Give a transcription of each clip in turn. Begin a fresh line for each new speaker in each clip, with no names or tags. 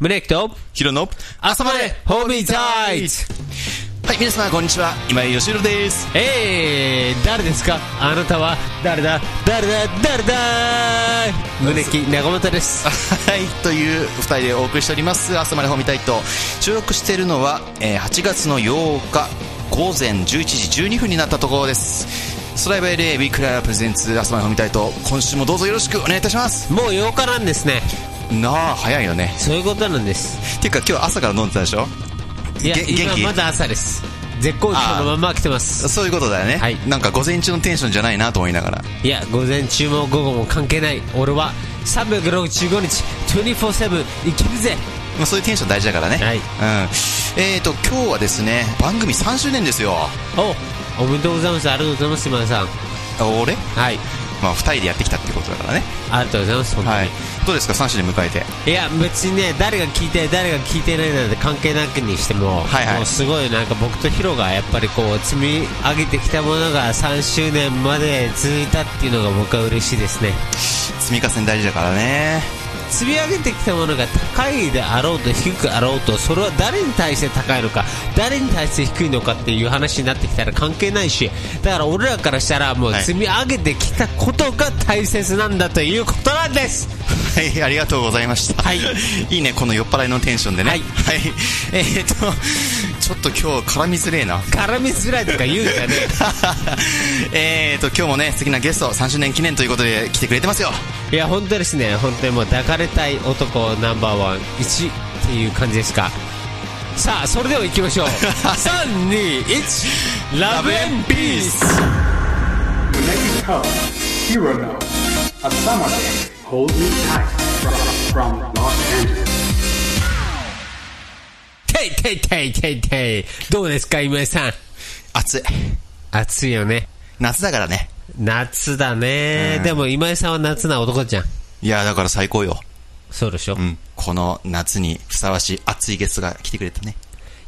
ブレイクと、
ヒロの
朝までホーミータイツ
はい、皆様こんにちは。今井義郎です。
えー、誰ですかあなたは誰だ誰だ誰だ胸木長本です。
はい、という二人でお送りしております。朝までホミタイト。収録しているのは、えー8月の8日午前11時12分になったところです。ストライブ LA ウィークライラープレゼンツ朝までホミタイト。今週もどうぞよろしくお願いいたします。
もう8日なんですね。
なあ、早いよね。
そういうことなんです。
ていうか今日朝から飲んでたでしょ
いや、
げ元
今
気
まだ朝です。絶好調のまま来てます。
そういうことだよね。
はい
なんか午前中のテンションじゃないなと思いながら。
いや、午前中も午後も関係ない。俺は365日、24-7生きるぜ
まあ、そういうテンション大事だからね。
はい
うん。えーと、今日はですね、番組3周年ですよ。
おおめでとうございます。ありがとうございます、今田さん。
俺
はい。
まあ、2人でやってきたってことだからね、
ありがとうございます、本当に。
はい、どうですか、3周年迎えて、
いや別にね誰が聞いて誰が聞いてないなんて関係なくにしても,、
はいはい
もうすごいなんか僕とヒロがやっぱりこう積み上げてきたものが3周年まで続いたっていうのが僕は嬉しいですね
積み重ね大事だからね、
積み上げてきたものが高いであろうと低くあろうとそれは誰に対して高いのか誰に対して低いのかっていう話になってきたら関係ないしだから俺らからしたらもう
はい
積み上げてきたことが大切なんだということなんです、
はい、ありがとうございました、
はい
いいね、この酔っ払いの テンションでね、
はい
えーと、ちょっと今日絡みづれえな。
絡みづらいとか言うんじゃねえ
えーと今日もね素敵なゲスト3周年記念ということで来てくれてますよ
いや本当ですね本当にもう抱かれたい男ナンバーワン1っていう感じですかさあそれでは行きましょう 321ラブエンピース
Connected Hub, Hero Now, a summer day. Hold me tight from, from Los Angeles.
ていていていていていどうですか今井さん
暑い
暑いよね
夏だからね
夏だね、でも今井さんは夏な男じゃん
いやだから最高よ、
そうでしょ、
うん、この夏にふさわしい暑いゲストが来てくれたね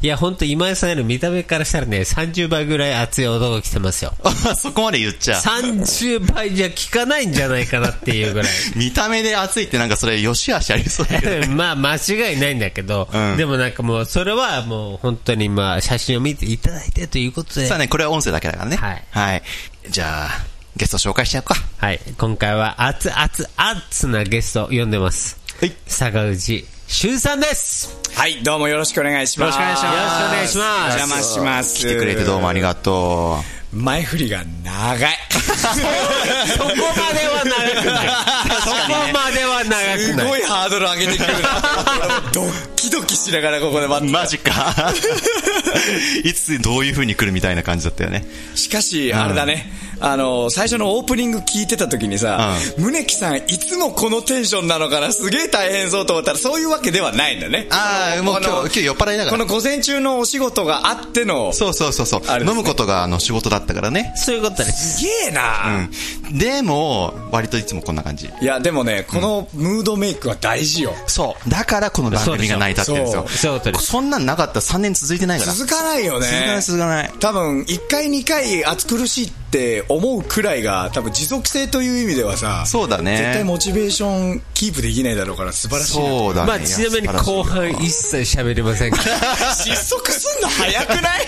いや本当今井さんより見た目からしたらね30倍ぐらい暑い男来てますよ
あそこまで言っちゃう
30倍じゃ効かないんじゃないかなっていうぐらい
見た目で暑いってなんかそれよしあしありそうだけ ど
まあ間違いないんだけど、
うん
でもなんかもうそれはもう本当にまあ写真を見ていただいてということで
さあ、ね、これは音声だけだからね。
はい
じゃあ、ゲスト紹介しちゃおうか。
はい、今回は熱々熱なゲストを呼んでます。
はい。
坂内俊さん です
はい、どうもよろしくお願いします。
よろしくお
願いします
お邪魔します。
来てくれてどうもありがと
前振りが 長い。
そこまでは長くない。そこまでは長
す
くな
ご
い。
いハードル上げてくるな。 ドッキドキしながらここで待
う。
ってた
マジか。 いつどういう風に来るみたいな感じだったよね。
しかし、あれだね。あの、最初のオープニング聞いてた時にさ、宗木さんいつもこのテンションなのかな、すげえ大変そうと思ったらそういうわけではないんだね。
ああ、もう
この
今日、今日酔っ払いだか
こ
ら
の。午前中のお仕事があっての、す
そうそうそうそう、
あれです
飲
ね
むことがあの仕事だったからね。
そういうことです。
げえな、
うん。でも、割といつもこんな感じ。
いや、でもね、このムードメイクは大事よ。
そう。だからこの番組が成り立ってるんですよ。
そうそうそういうことです
そんなんなかったら3年続いてないから。
続かないよね。
続かない続かない。
多分1回2回暑苦しいって思うくらいが多分持続性という意味ではさ
そうだね
絶対モチベーションキープできないだろうから素晴らし いな
そうだね。
まあちなみに後半一切喋りませんから。
失速すんの早くない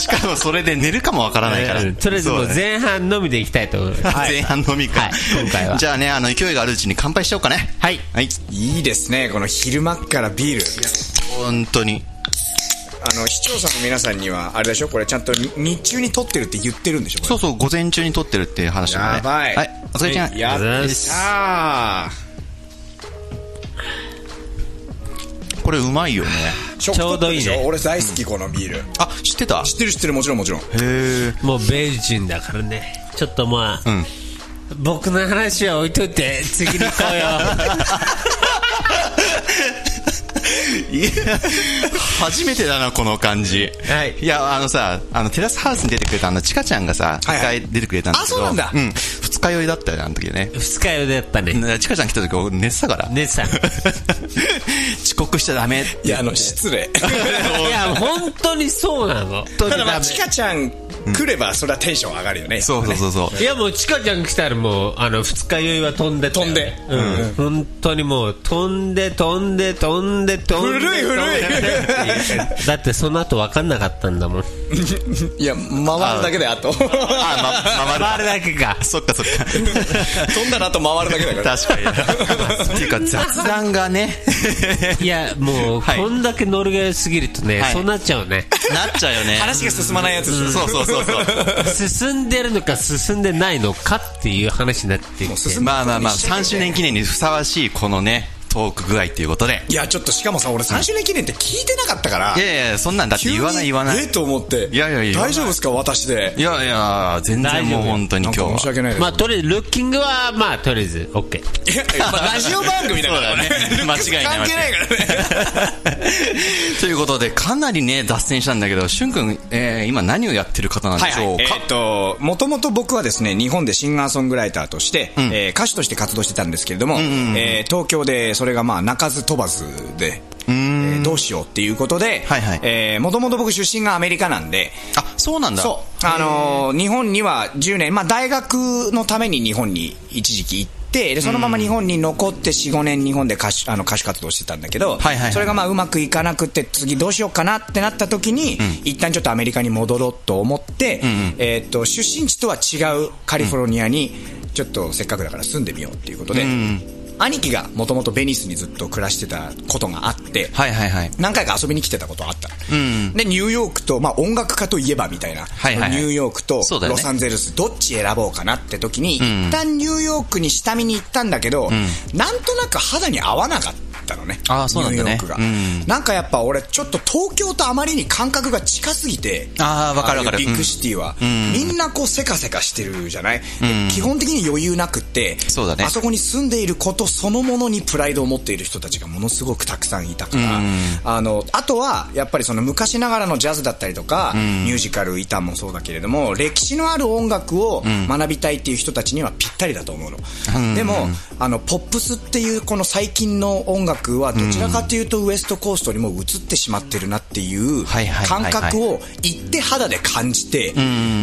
しかもそれで寝るかもわから ないから。
とりあえずも
そううだね
前半のみでいきたいと思います。
前半飲み会、
はい今回は
じゃあね、あの、勢いがあるうちに乾杯しちゃおうかね。
はい
はい。
いいですねこの昼間っからビール
本当に。
あの視聴者の皆さんにはあれでしょこれちゃんと日中に撮ってるって言ってるんでしょ
そううそう、午前中に撮ってるっていう話だね。
やばい
はい。お疲れちゃん。
ありが
や
とうござい
っ
ます
た
これうまいよね。
ち
ちょうどいいね
俺大好きこのビール、
あ、知ってた
知ってる知ってるもちろんもちろん
へ
もう米人だからね。ちょっとまあ、
ん
僕の話は置いといて、次に行こうよ。
え。いや、初めてだな、この感じ。
はい
いや、あのさ、あの、テラスハウスに出てくれた、あの、ちかちゃんがさ、一
はいはい
回出てくれたんだけど。
あそうなんだ
うん。二日酔いだったよね、あの時ね。
二日酔いだったね。
ちかちゃん来た時、俺寝てた から。
姉さん。
遅刻しちゃダメって。
いやあの失礼
いや、本当にそうなの。
ただまあ、ちかちゃん来ればそれはテンション上がるよ ね
そうそうそうそう
いやもうチカちゃん来たらもうあの二日酔いは飛んでたよ
飛んで
うん、本当にもう飛んで飛んで飛んで飛んで
古い古い
飛んでっていう だってその後分かんなかったんだもん
いや回るだけだよあと
あま、ま、まる
あれだけか
そっかそっか
飛んだらあと回るだけ だから
確かにっていうか雑談が ね
いやもう、
はい
こんだけノルゲーすぎるとね、
はい
そうなっちゃうね
なっちゃうよね
話が進まないやつでしょ
そうそうそうそう
進んでるのか進んでないのかっていう話になってきて
進む
まあまあまあ
そうで
3周年記念にふさわしいこのねトーク具合ということで
いやちょっとしかもさ俺3周年記念って聞いてなかったから
いやいやそんなんだって言わない言わな
急に
い
えと思って
いやいや言わない
大丈夫ですか私で
いやいや全然もう本当に
な
今日
んか申し
は
訳ないです
まあとりあえずルッキングはまあとりあえず OK
いやまあラジオ番組だからね
そうだね間違いない
関係ないからね
ということでかなりね脱線したんだけどしゅんくん、えー今何をやってる方なんでしょうか、
えっと、もともと僕はですね、日本でシンガーソングライターとして、えー歌手として活動してたんですけれども、えー東京でそれがまあ、鳴かず飛ばずで、えーどうしようっていうことで
はいはい、
えもともと僕出身がアメリカなんで、
あそうなんだ
そう。あのー日本には10年、まあ大学のために日本に一時期行って、で、そのまま日本に残って4、5年日本で歌手、あの歌手活動してたんだけど、
はいはい
それがまあうまくいかなくて、次どうしようかなってなった時に、一旦ちょっとアメリカに戻ろうと思って、えーっと、出身地とは違うカリフォルニアに、ちょっとせっかくだから住んでみようっていうことで、兄貴がもともとベニスにずっと暮らしてたことがあって、
はいはいはい
何回か遊びに来てたことあった、でニューヨークと、まあ、音楽家といえばみたいな、
はいはいはい
ニューヨークと
そうだよね
ロサンゼルス、どっち選ぼうかなって時に、一旦ニューヨークに下見に行ったんだけど、なんとなく肌に合わなかったのね
あーそうなんだね
ニューヨークが、
うん
なんかやっぱ俺ちょっと東京とあまりに感覚が近すぎて
あーわかるわかる
ああいうビッグシティは、みんなこうせかせかしてるじゃない、で基本的に余裕なくって
そうだね
あそこに住んでいることそのものにプライドを持っている人たちがものすごくたくさんいたから、あのあとはやっぱりその昔ながらのジャズだったりとか、ミュージカル歌もそうだけれども歴史のある音楽を学びたいっていう人たちにはぴったりだと思うの、でもあのポップスっていうこの最近の音楽はどちらかというとウエストコーストにも移ってしまってるなっていう
はいはいはい
感
はい
覚を行って肌で感じて、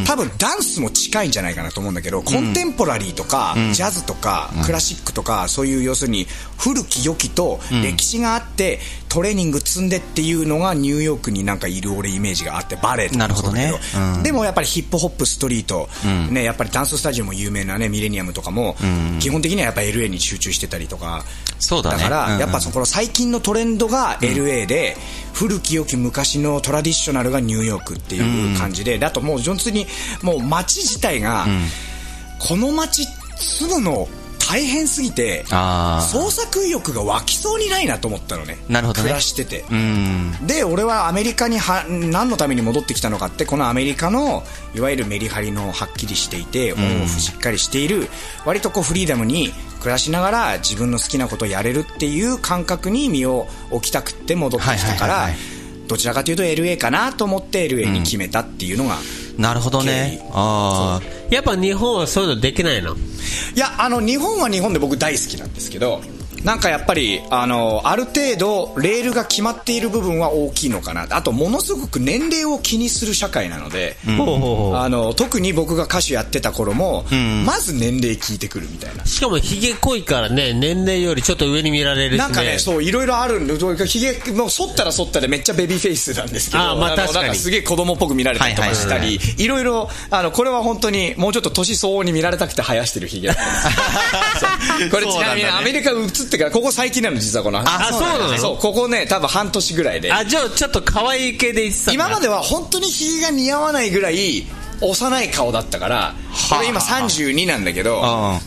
多分ダンスも近いんじゃないかなと思うんだけど、コンテンポラリーとか、ジャズとか、クラシックとか、そういう要するに古き良きと歴史があって、トレーニング積んでっていうのがニューヨークになんかいる俺イメージがあって、バレエとかもそうだけ
なるほどねうん
でもやっぱりヒップホップ、ストリート、ね、やっぱりダンススタジオも有名なね、ミレニアムとかも、基本的にはやっぱ LA に集中してたりとか、
そうだね
から、
うんうん
やっぱそこの最近のトレンドが LA で、古き良き昔のトラディショナルがニューヨークっていう感じで、だともう純粋にもう街自体が、この街住むの大変すぎて
あー
創作意欲が湧きそうにないなと思ったのね
なるほどね
暮らしてて、
うん
で俺はアメリカには何のために戻ってきたのかってこのアメリカのいわゆるメリハリのはっきりしていてオンオフしっかりしている、割とこうフリーダムに暮らしながら自分の好きなことをやれるっていう感覚に身を置きたくって戻ってき
は
たか
い
ら
はいはい
どちらかというと LA かなと思って LA に決めたっていうのが、
なるほど
経
ね
緯
あ
やっぱ日本はそういうのできないの
いやあの日本は日本で僕大好きなんですけどなんかやっぱりあのある程度レールが決まっている部分は大きいのかなあとものすごく年齢を気にする社会なので、
ほうほうほう
あの特に僕が歌手やってた頃も、まず年齢聞いてくるみたいな。
しかもヒゲ濃いからね年齢よりちょっと上に見られるしね
なんかね、そう、いろいろあるんで、ひげ、もう、剃ったら剃ったでめっちゃベビーフェイスなんですけど、
あーまあ
の
確かに
なんすげえ子供っぽく見られたりとかし
は
た
いはい
り、いろいろ、あの、これは本当に、もうちょっと年相応に見られたくて生やしてるひげだったんですよそうこれち
そうなんだ
なみに
ね
アメリカ移ってから、ここ最近なの、実はこの話。
あそうなの
そう、ここね、多分半年ぐらいで。
あじゃあちょっと可愛い系で言ってたんだ
今までは本当にひげが似合わないぐらい幼い顔だったから
あ
俺今32なんだけど
うん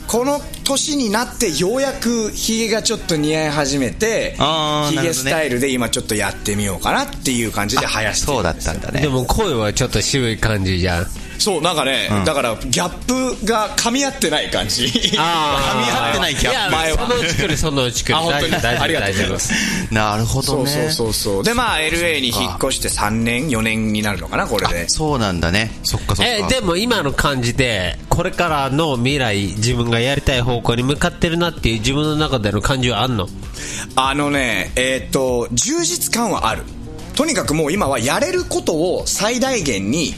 この年になってようやくひげがちょっと似合い始めて
あー
ひ
なる
げ
ほど
ス
ね
タイルで今ちょっとやってみようかなっていう感じで生や
あ
してる
そうだったんだ
で
ね
も声はちょっと渋い感じじゃん
そうなんかねだからギャップが噛み合ってない感じ
あ
ー噛み合ってないギャップ
や
前
そ
は
のうち来るそのうち来る
あ本当に
大丈夫
ありがとう
大
ござ
丈
い
夫
ます
なるほ
そ
ど
う
ね
そうそうそうでまあ LA に引っ越して3年4年になるのかなこれで
そうなんだねそっかそっか
えでも今の感じでこれからの未来自分がやりたい方向に向かってるなっていう自分の中での感じはあんの
あのねえっと充実感はあるとにかくもう今はやれることを最大限に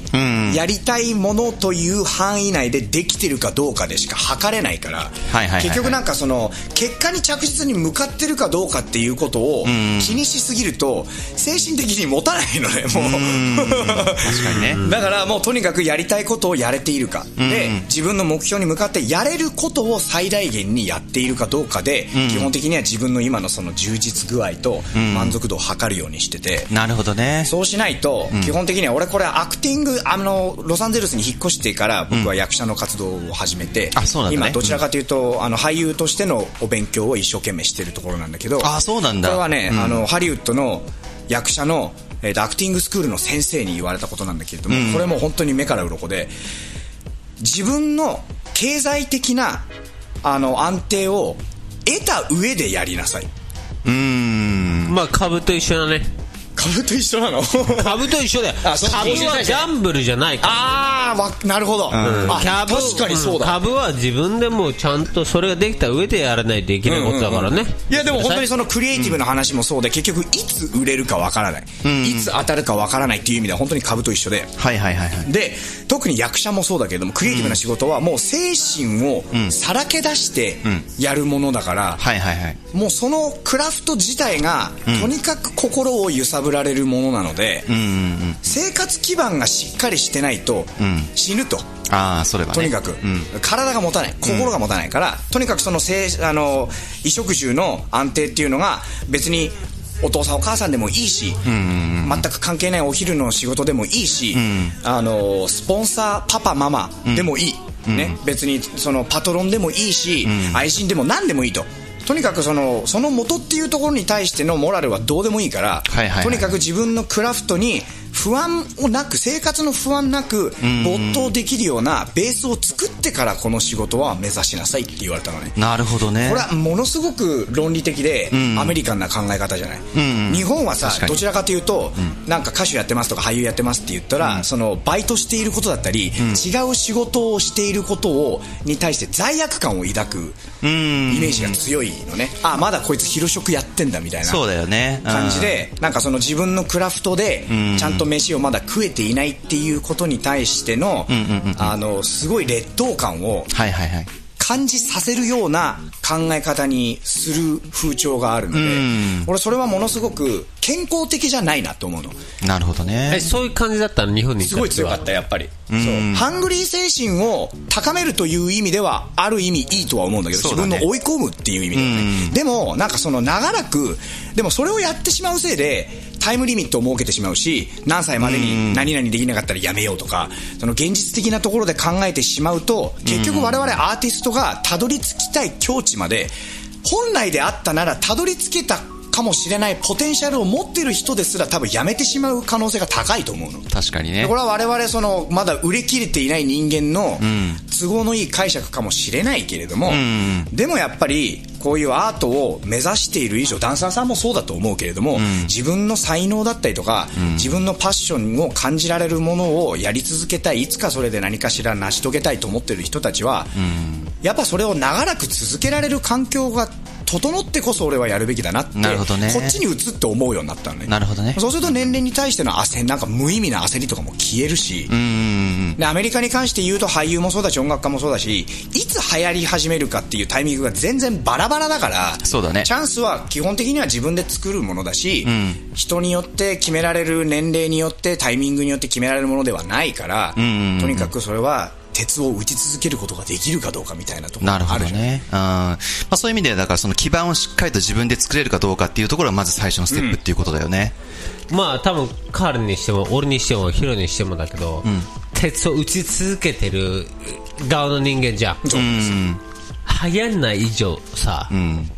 やりたいものという範囲内でできてるかどうかでしか測れないから
はいはいはい
結局なんかその結果に着実に向かってるかどうかっていうことを気にしすぎると精神的に持たないのねもう
確かにね
だからもうとにかくやりたいことをやれているか、で自分の目標に向かってやれることを最大限にやっているかどうかで、基本的には自分の今のその充実具合と満足度を測るようにしてて、
なるほどね
そうしないと、基本的には俺これアクティング、あの、ロサンゼルスに引っ越してから僕は役者の活動を始めて、
あそうなんだね
今どちらかというと、あの、俳優としてのお勉強を一生懸命してるところなんだけど、
あそうなんだ
これはね、
うん
あの、ハリウッドの役者の、えーとアクティングスクールの先生に言われたことなんだけれども、これも本当に目から鱗で、自分の経済的な、あの、安定を得た上でやりなさい。
うーん
まあ株と一緒だね
株と一緒なの
株と一緒だよ
あ
株
そう
はギャンブルじゃないから
ああ、わなるほど。あ
株
確かにそうだ。
株は自分でもちゃんとそれができた上でやらないといけないことだからね、
いやでも本当にそのクリエイティブの話もそうで、結局いつ売れるかわからない、いつ当たるかわからないっていう意味では本当に株と一緒で。
はいはいはいはい
で、特に役者もそうだけれども、クリエイティブな仕事はもう精神をさらけ出してやるものだから、
はいはいはい
もうそのクラフト自体が、とにかく心を揺さぶられるものなので、
うんうんうん
生活基盤がしっかりしてないと
ん
死ぬと。
ああそれはね
とにかく、
うん
体が持たない心が持たないから、とにかくそのせいあの衣食住の安定っていうのが別にお父さんお母さんでもいいし、全く関係ないお昼の仕事でもいいし、あのスポンサーパパママでもいい、ね、別にそのパトロンでもいいし、愛人でも何でもいいと。とにかくそのその元っていうところに対してのモラルはどうでもいいから、
はいはいはい
とにかく自分のクラフトに不安をなく生活の不安なく没頭できるようなベースを作ってからこの仕事は目指しなさいって言われたのね
なるほどね
これはものすごく論理的でアメリカンな考え方じゃない、
んうん
日本はさ
確かに
どちらかというと、なんか歌手やってますとか俳優やってますって言ったら、そのバイトしていることだったり、違う仕事をしていることをに対して罪悪感を抱くイメージが強いのね、あまだこいつ昼食やってんだみたいな
そうだよねうん
感じで、なんかその自分のクラフトで、ちゃんと飯をまだ食えていないっていうことに対しての、あの、すごい劣等感を
はいはいはい
感じさせるような考え方にする風潮があるので、俺それはものすごく健康的じゃないなと思うの。
なるほどね
えそういう感じだったの日本に
すごい強かった、やっぱり。そう。ハングリー精神を高めるという意味では、ある意味いいとは思うんだけど、
そうだ
自
ね
分の追い込むっていう意味ではね。でも、なんかその長らく、でもそれをやってしまうせいで、タイムリミットを設けてしまうし、何歳までに何々できなかったらやめようとか、その現実的なところで考えてしまうと、結局我々アーティストがたどり着きたい境地まで、本来であったならたどり着けたかもしれないポテンシャルを持ってる人ですら多分やめてしまう可能性が高いと思うの。
確かにね
でこれは我々そのまだ売れ切れていない人間の都合のいい解釈かもしれないけれども、でもやっぱりこういうアートを目指している以上ダンサーさんもそうだと思うけれども、自分の才能だったりとか、自分のパッションを感じられるものをやり続けたいいつかそれで何かしら成し遂げたいと思ってる人たちは、やっぱそれを長らく続けられる環境が整ってこそ俺はやるべきだなって
なるほどね
こっちに移って思うようになったのね
なるほどね
そうすると年齢に対しての焦り、なんか無意味な焦りとかも消えるし、で、アメリカに関して言うと俳優もそうだし音楽家もそうだし、いつ流行り始めるかっていうタイミングが全然バラバラだから、
そうだね
チャンスは基本的には自分で作るものだし、人によって決められる年齢によってタイミングによって決められるものではないから、とにかくそれは鉄を打ち続けることができるかどうかみたいなところ
なる
が
ほ
あ
ど
るじゃん。
ね。うん。まあそういう意味で、だからその基盤をしっかりと自分で作れるかどうかっていうところがまず最初のステップっていうことだよね。
まあ多分カールにしても俺にしてもヒロにしてもだけど、鉄を打ち続けてる側の人間じゃん
そうです
流行んない以上さ、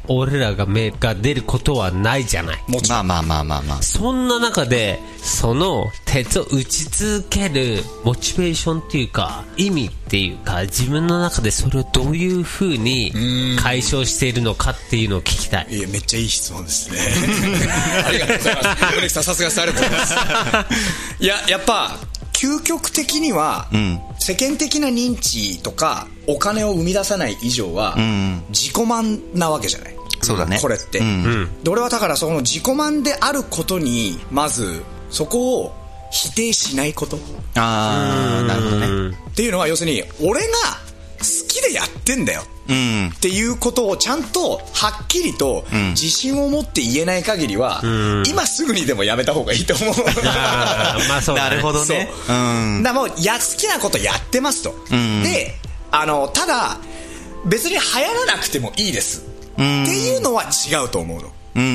俺らがメーカー出ることはないじゃない
もちろん
まあまあまあまあまあ。
そんな中でその鉄を打ち続けるモチベーションっていうか意味っていうか自分の中でそれをどういうふうに解消しているのかっていうのを聞きたい
いや、めっちゃいい質問ですね。 ありがとうございます。ヨネキさん、さすがです。ありがとうございます。いや、やっぱ、究極的には、世間的な認知とか、お金を生み出さない以上は、自己満なわけじゃない。
そうだね
これって、
うん
で俺はだからその自己満であることにまずそこを否定しないことっ
ああなるほどね
ていうのは要するに俺が好きでやってんだよ
うん
っていうことをちゃんとはっきりと自信を持って言えない限りは、今すぐにでもやめた方がいいと思う。
あーまあそうだね
なるほどね
そう
うん
だからもうや好きなことやってますと、であのただ別に流行らなくてもいいです、っていうのは違うと思うの
うんうん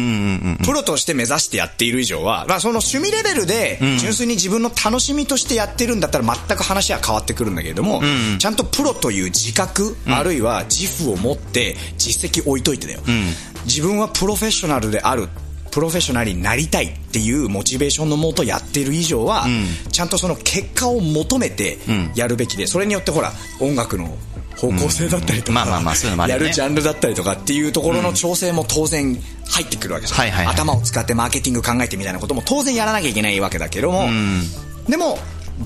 うん
プロとして目指してやっている以上は、まあ、その趣味レベルで純粋に自分の楽しみとしてやってるんだったら全く話は変わってくるんだけれども、ちゃんとプロという自覚、あるいは自負を持って実績置いといてだよ、自分はプロフェッショナルであるプロフェッショナルになりたいっていうモチベーションのもとやってる以上は、ちゃんとその結果を求めてやるべきで、それによってほら音楽の方向性だったりと
うんま
か
あまあまあそういうのもある
や
よね
るジャンルだったりとかっていうところの調整も当然入ってくるわけじゃん、
はいはいはい
頭を使ってマーケティング考えてみたいなことも当然やらなきゃいけないわけだけども、でも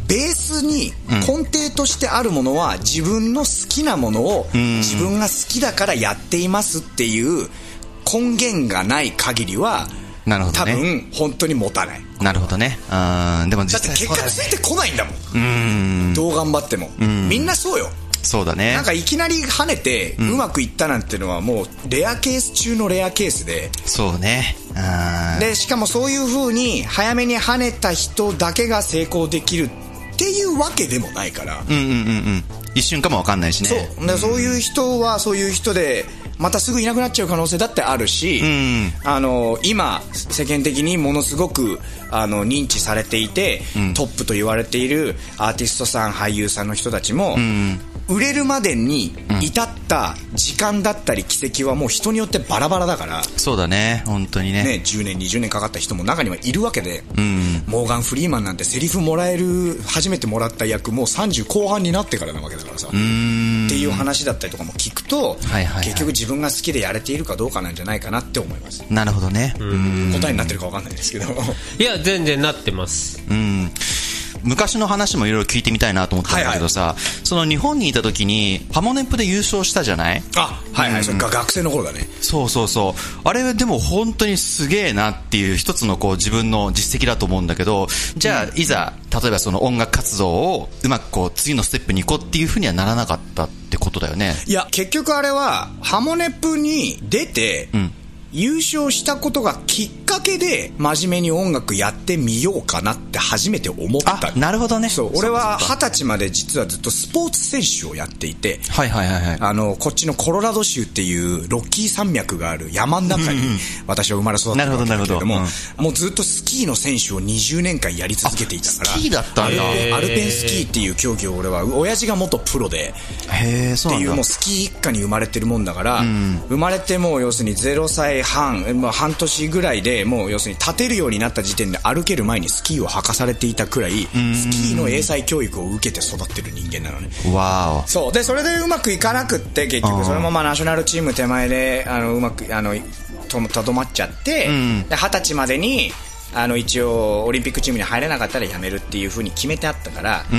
ベースに根底としてあるものは自分の好きなものを自分が好きだからやっていますっていう根源がない限りは
なるほど
多
ね
分本当に持たない
なるほどねうんでも
だって
実際
結
そう
果
だ
つ
ね
いてこないんだもんどう頑張ってもみんなそうよ
そうだね
なんかいきなり跳ねてうまくいったなんてのはもうレアケース中のレアケースで
そうねうん
でしかもそういう風に早めに跳ねた人だけが成功できるっていうわけでもないから、
うんうんうんうん一瞬かもわかんないしね
そうでそういう人はそういう人でまたすぐいなくなっちゃう可能性だってあるし、
ん
あの今世間的にものすごくあの認知されていて、トップと言われているアーティストさん俳優さんの人たちも、売れるまでに至った時間だったり軌跡はもう人によってバラバラだから、
そうだね本当にね
ね、10年20年かかった人も中にはいるわけで、モーガン・フリーマンなんてセリフもらえる初めてもらった役もう30後半になってからなわけだからさっていう話だったりとかも聞くと、
はいはい
結局自分が好きでやれているかどうかなんじゃないかなって思います、
なるほどねうん
答えになってるか分かんないです けど
いや全然なってます
うん昔の話もいろいろ聞いてみたいなと思ったんだけどさ、その日本にいた時にハモネプで優勝したじゃない
あはいはい、それか学生の頃だね
そうそうそう。あれはでも本当にすげえなっていう一つのこう自分の実績だと思うんだけど、じゃあいざ、例えばその音楽活動をうまくこう次のステップに行こうっていうふうにはならなかったってことだよね。
いや結局あれはハモネプに出て、
ん
優勝したことがきっかけで真面目に音楽やってみようかなって初めて思った
あ、なるほどね。
そう俺は
そうか
二十歳まで実はずっとスポーツ選手をやっていて
そうかはいはいはいはい。
あのこっちのコロラド州っていうロッキー山脈がある山の中に私は生まれ育った
なるほど
わけだけれども
なるほ
もうずっとスキーの選手を20年間やり続けていたから
あスキーだったんだ
アルペ
へ
ンアルペンスキーっていう競技を俺は親父が元プロで
へえ、そう
っ
なん
ていう
だ
もう。スキー一家に生まれてるもんだから、生まれてもう要するに0歳半、えまあ、半年ぐらいでもう要するに立てるようになった時点で歩ける前にスキーを履かされていたくらい、スキーの英才教育を受けて育ってる人間なのね。
わー
そうでそれでうまくいかなくって結局そのままナショナルチーム手前であのうまくあのととどまっちゃってで二十、歳までにあの一応オリンピックチームに入れなかったら辞めるっていうふうに決めてあったから、辞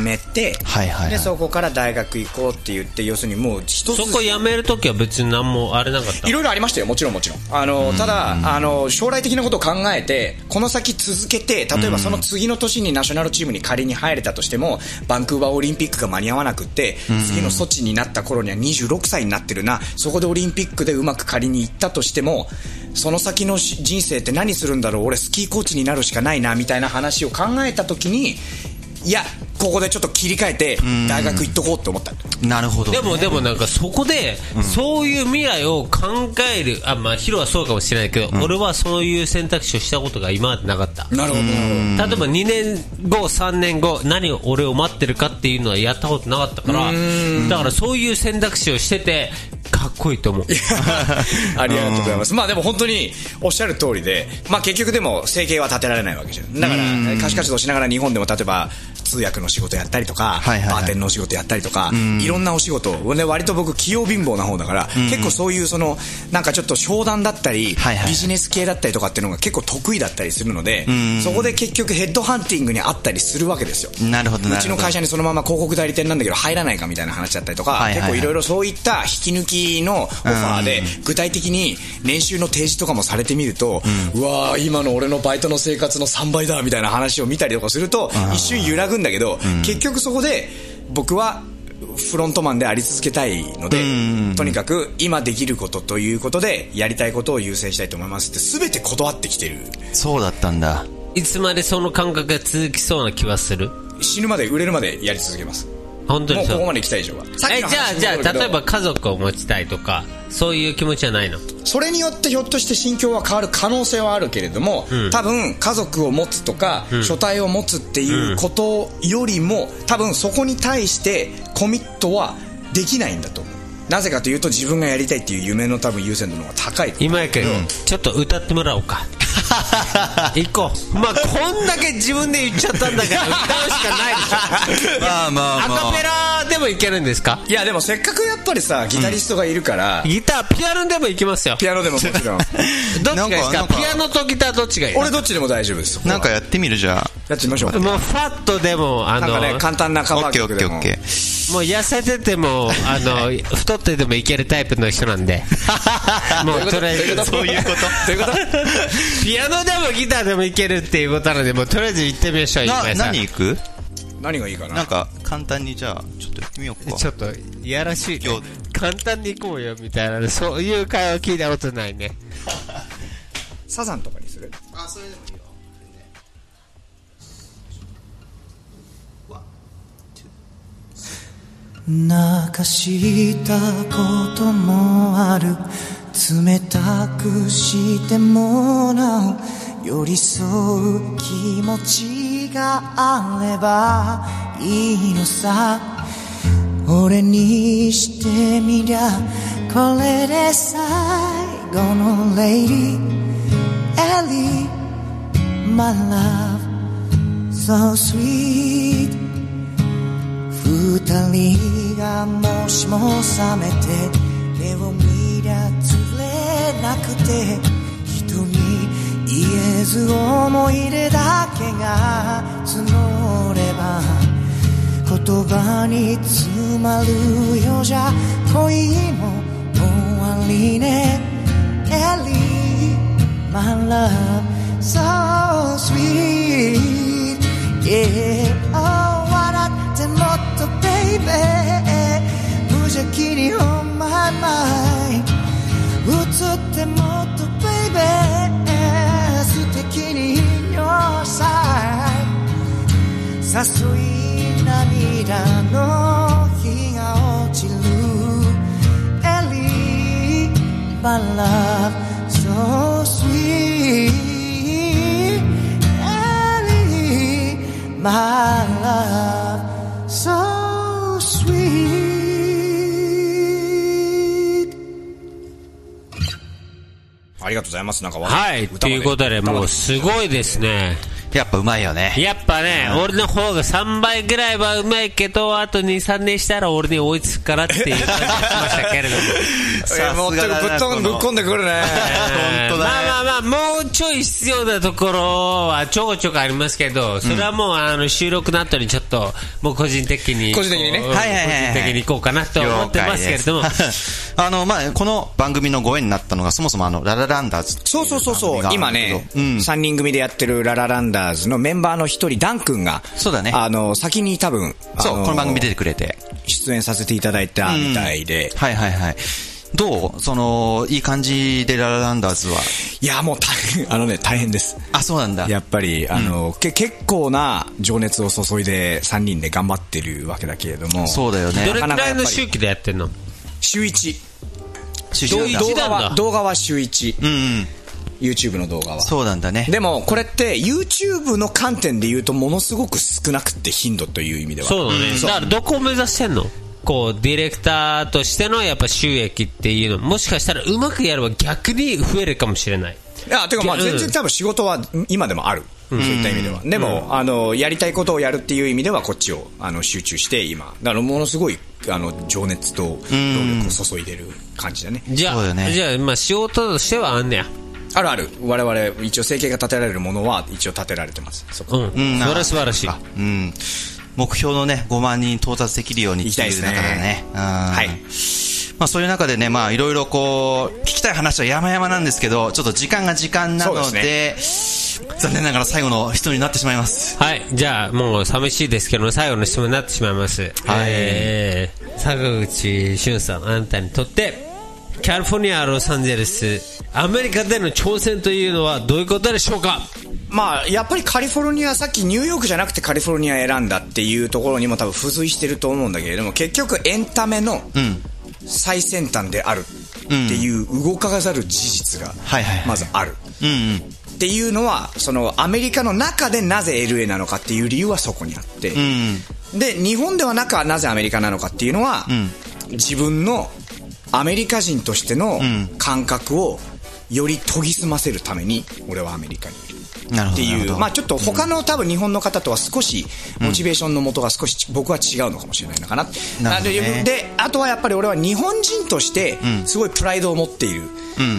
めて、
はいはいはい
でそこから大学行こうって言って要するにもう一つ
そこ辞めるときは別に何もあれなかった
いろいろありましたよ、もちろんもちろん。あの、ただ、あの、将来的なことを考えて、この先続けて、例えばその次の年にナショナルチームに仮に入れたとしても、バンクーバーオリンピックが間に合わなくって、次の措置になった頃には26歳になってるな、そこでオリンピックでうまく仮に行ったとしても、その先のし人生って何するんだろう、俺スキーコーチになるしかないな、みたいな話を考えた時に、いや、ここでちょっと切り替えて、大学行っとこうって思った。
お。なるほどね。
でも、でもなんかそこで、そういう未来を考える、あ、まあヒロはそうかもしれないけど、俺はそういう選択肢をしたことが今までなかった。
なるほど。
例えば2年後、3年後、何を俺を待ってるかっていうのはやったことなかったから、だからそういう選択肢をしてて、かっこいいと思う。
ありがとうございます。まあでも本当におっしゃる通りで、まあ結局でも生計は立てられないわけじゃん。だから歌手活動しながら日本でも例えば通訳の仕事やったりとか、
はいはいはい
バーテンのお仕事やったりとか、いろんなお仕事を、ね、割と僕器用貧乏な方だから、結構そういうその、なんかちょっと商談だったり、
はいはい
ビジネス系だったりとかっていうのが結構得意だったりするので、そこで結局ヘッドハンティングにあったりするわけですよ。
なるほどなるほど
うちの会社にそのまま広告代理店なんだけど入らないかみたいな話だったりとか、
はいはいはい
結構いろいろそういった引き抜きのオファーで、具体的に年収の提示とかもされてみると、うわー今の俺のバイトの生活の3倍だみたいな話を見たりとかすると、一瞬揺らぐんだけど、結局そこで、僕は、フロントマンであり続けたいので、とにかく今できることということで、やりたいことを優先したいと思いますって、すべて断ってきてる。
そうだったんだ。
いつまでその感覚が続きそうな気はする
死ぬまで売れるまでやり続けます。
本当
も
に
う
そ
こ
う
こまで来た以上は。さっ
え
き
じ
の
ゃ
話
あじゃ
に戻る
あ
けど
例えば家族を持ちたいとかそういう気持ちはないの
それによってひょっとして心境は変わる可能性はあるけれども、多分家族を持つとか、書体を持つっていうことよりも多分そこに対してコミットはできないんだと思うなぜかというと自分がやりたいっていう夢の多分優先度の方が高いと
今やけど、ちょっと歌ってもらおう か行こうまあこんだけ自分で言っちゃったんだ から歌うしかないでしょ
まあまあまあ
アカペラでもいけるんですか
いやでもせっかくやっぱりさギタリストがいるから、
ギターピアノでもいきますよ
ピアノでももちろん
どっちがいいですか
なんか
ピアノとギターどっちがいい
俺どっちでも大丈夫ですそこは
なんかやってみるじゃあ。
やってみましょう
もうファットでもあ
なん
の
かね簡単なカ
オッ
バー
ケーオ
曲
ッケー
で
オッケ
も
ー。
もう痩せててもあ の太っててもいけるタイプの人なんでもうとりあえず
そう いうこと。
ということピアノでもギターでもいけるっていうことなのでもうとりあえず行ってみましょう今
な、
井さん
何行く
何がいいかな
なんか、簡単にじゃあ、ちょっとやってみようか
ち。ょっといやらしい、ね
今日、
簡単に行こうよみたいなそういう会話聞いたことないね
サザンとかにする
泣かしたこともある冷たくしてもらう寄り添う気持ちがあればいいのさ俺にしてみりゃこれで最後のレイリーエリー My love so sweet 二人がもしも覚めて目を見りゃつれなくて人に言えず思い出だけが募れば言葉に詰まるようじゃ恋も終わりね Ellie my love so sweet yeah oh 笑ってもっと baby 無邪気に on my mind 映ってもっと baby 素敵に in your side 誘い涙の日が落ちる Ellie my love so sweet Ellie my love so sweet
ありがとうございますなんか
はいということでもうすごいですね
やっぱうまいよね。
やっぱね、俺の方が3倍ぐらいはうまいけど、あと2、3年したら俺に追いつくからっていう感じがしましたけれども。
いやもうちょっとぶっ飛んぶっ込んでくるね
本当だね
まあまあまあ、もうちょい必要なところはちょこちょこありますけど、それはもうあの収録の後にちょっと、もう個人的に。
個人的にね
こう
はいはいはいはい
個人的に行こうかなと思ってますけれども
了。解ですあの、まあ、この番組のご縁になったのが、そもそもあの、ララランダーズってい
そうそうそうそう
番組がある
今
んだけど
ね、
うん。
3人組でやってるララランダーズのメンバーの一人ダン君が
そうだね
あの先に多分
そう
あ、の
この番組出てくれて。
出演させていただいたみたいで、
はいはいはい。どうその、いい感じでララランダーズは。
いやもう大変あのね大変です
あ、そうなんだ。
やっぱりあの、け結構な情熱を注いで3人で頑張ってるわけだけれども
そうだよ
ど
ね
れ。く
なから
い
やっぱ
の
り
周期でやってんの
週1
出
どう
身
いう
なんだ
動
一
画
段
は
だ
動画は週
う
1、
んうん。
YouTube の動画は
そうなんだね。
でもこれって YouTube の観点で言うとものすごく少なくって頻度という意味では
そうだね、だからどこを目指してんのこうディレクターとしてのやっぱ収益っていうのもしかしたらうまくやれば逆に増えるかもしれない
いや、てかまあ
うん
全然多分仕事は今でもある。そういった意味では。でも、あの、やりたいことをやるっていう意味ではこっちを、あの、集中して今。だからものすごい、あの、情熱と労力を注いでる感じだね。
じゃ
そうだ
あ、
よね
じゃあまあ仕事としてはあんねや
あるある。我々、一応生計が立てられるものは一応立てられてます。そこ。
うん、
ん
それは素晴らしい
あうん。目標のね、5万人到達できるように
行きたいですね
ってう中でね。うん
はい。
まあ、そういう中でね、まあ、いろいろこう、聞きたい話は山々なんですけど、ちょっと時間が時間なの
そう
で、残念ながら最後の人になってしまいます。
はい、じゃあもう寂しいですけど最後の質問になってしまいます。
はい
えー坂口俊さん、あなたにとって、カリフォルニア、ロサンゼルス、アメリカでの挑戦というのはどういうことでしょうか
まあ、やっぱりカリフォルニア、さっきニューヨークじゃなくてカリフォルニア選んだっていうところにも多分付随してると思うんだけれども、結局エンタメの最先端であるっていう動かざる事実が
はいはいはい
まずある。
うんうん。
っていうのは、そのアメリカの中でなぜ LA なのかっていう理由はそこにあって、で、日本ではなかなぜアメリカなのかっていうのは、自分のアメリカ人としての感覚をより研ぎ澄ませるために、俺はアメリカにいる。
なるほど
って
なるほ
いう、
ど
まあちょっと他の多分日本の方とは少し、モチベーションの元が少しち僕は違うのかもしれないのかな。
なるほどね
で、あとはやっぱり俺は日本人として、すごいプライドを持っている、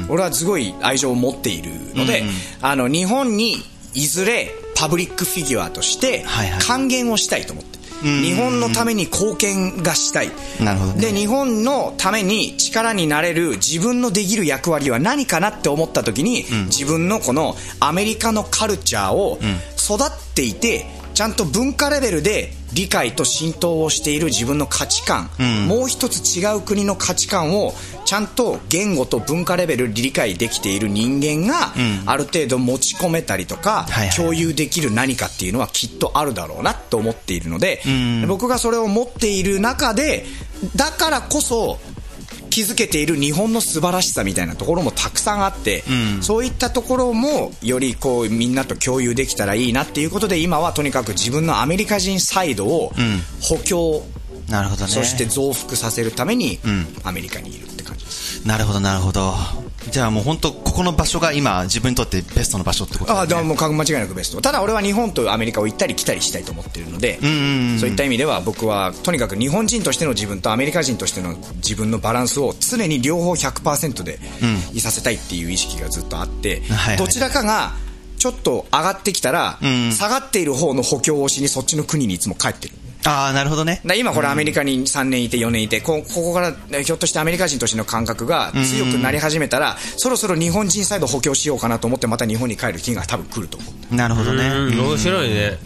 俺はすごい愛情を持っているので、あの、日本にいずれパブリックフィギュアとして
はいはい、
還元をしたいと思って。日本のために貢献がしたい。
なるほどね
で、日本のために力になれる自分のできる役割は何かなって思った時に、自分のこのアメリカのカルチャーを育っていて、ちゃんと文化レベルで理解と浸透をしている自分の価値観、もう一つ違う国の価値観をちゃんと言語と文化レベルで理解できている人間が、ある程度持ち込めたりとか、
はいはい
共有できる何かっていうのはきっとあるだろうなと思っているので、僕がそれを持っている中でだからこそ気づけている日本の素晴らしさみたいなところもたくさんあって、そういったところもよりこうみんなと共有できたらいいなっていうことで今はとにかく自分のアメリカ人サイドを補強、
なるほどね。
そして増幅させるためにアメリカにいるって感じです。
なるほど、なるほど。じゃあもう本当、ここの場所が今、自分にとってベストの場所ってこと
ああ、で
だ
も
ね。
もう間違いなくベスト。ただ俺は日本とアメリカを行ったり来たりしたいと思っているので、そういった意味では僕はとにかく日本人としての自分とアメリカ人としての自分のバランスを常に両方100%でいさせたいっていう意識がずっとあって
はいはい、
どちらかがちょっと上がってきたら、下がっている方の補強をしにそっちの国にいつも帰ってる。
ああ、なるほどね。
だ今これアメリカに3年いて4年いて、こここからえひょっとしてアメリカ人としての感覚が強くなり始めたら、そろそろ日本人サイド補強しようかなと思ってまた日本に帰る日が多分来ると思う。
なるほどね。
うん、面白いね。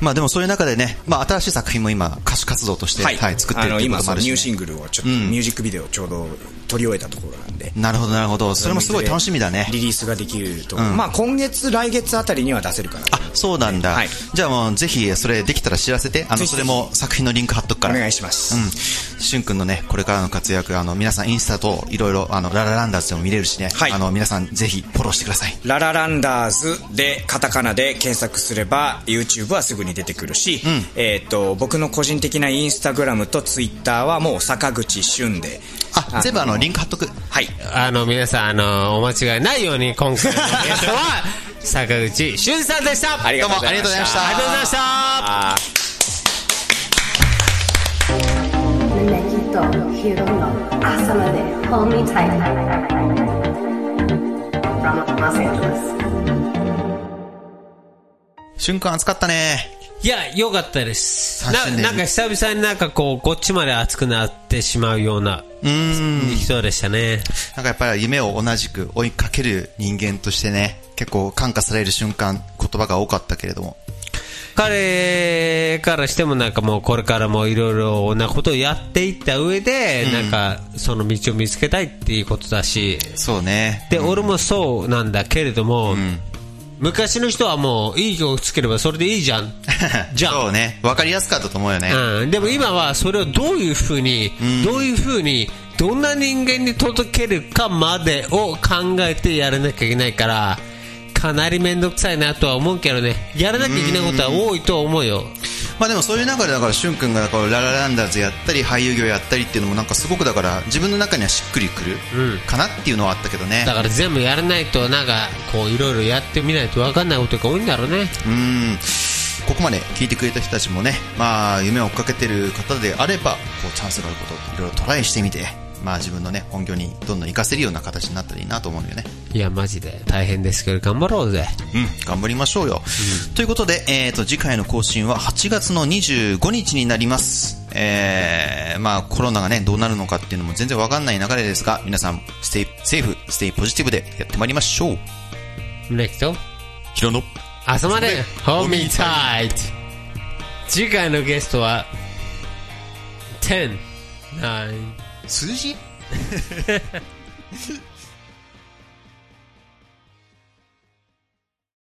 まあでもそういう中でね、まあ新しい作品も今、歌手活動として、はい、作って
あ
るっ
の
てこ
今
とも
そ
あ
の
るし、
ニ
ね。
ューシングルをちょっと、ミュージックビデオをちょうど撮り終えたところなんで。
なるほど、なるほど。それもすごい楽しみだね。
リリースができると、まあ今月来月あたりには出せるかな
あ、そうなんだ。
はい
じゃあもうぜひ、それできたら知らせて、あの、
ぜひ
それも作品のリンク貼っとくから。
お願いします
うん。しゅんくんのね、これからの活躍、あの、皆さんインスタといろいろ、あの、ララランダーズでも見れるしね。
はい
あの、皆さんぜひフォローしてください。
ララランダーズでカタカナで検索すれば YouTube はすぐに出てくるし、えっ、と、僕の個人的なインスタグラムと Twitter はもう坂口俊で。
あ、全部あの、リンク貼っとく。
はい。
あの、皆さん、あの、お間違いないように、今回のゲストは、坂口俊さんでした
ありがとうございま
どうもありがと
した
うございました。ありがとうございました
あー
Nakito Hiro no Asama de Hold Me Tight from Los Angeles.
しゅんくん暑かったね。
いや、良かったです。
三
な
振で
なんか久々になんかこう、こっちまで熱くなってしまうような人でしたね。
なんかやっぱり夢を同じく追いかける人間としてね、結構感化される瞬間、言葉が多かったけれども。
彼からしてもなんかもうこれからもいろいろなことをやっていった上で、なんかその道を見つけたいっていうことだし、
そうね。
で、俺もそうなんだけれども、昔の人はもういい曲つければそれでいいじゃん。 じゃん。
そうね。わかりやすかったと思うよね。
うん、でも今はそれをどういうふうに、どういうふうにどんな人間に届けるかまでを考えてやらなきゃいけないからかなり面倒くさいなとは思うけどねやらなきゃいけないことは多いと思うよ
まあでもそういう中でだから、しゅんくんがだからララランダーズやったり、俳優業やったりっていうのもなんかすごくだから、自分の中にはしっくりくるかなっていうのはあったけどね
だ。から全部やらないとなんかこういろいろやってみないと分かんないことが多いんだろうね
うん。ここまで聞いてくれた人たちもね、まあ夢を追っかけてる方であれば、こうチャンスがあることをいろいろトライしてみて、まあ自分のね、本業にどんどん活かせるような形になったらいいなと思うんだよね。
いやマジで大変ですけど頑張ろうぜ
うん、頑張りましょうよ。ということで、えー、と、次回の更新は8月の25日になります。えーまあ、コロナがね、どうなるのかっていうのも全然わかんない中でですが、皆さん、ステイ、セーフ、ステイポジティブでやってまいりましょう。
レキと
ヒロノ。
明日までホーミータイト次回のゲストは10 9
数字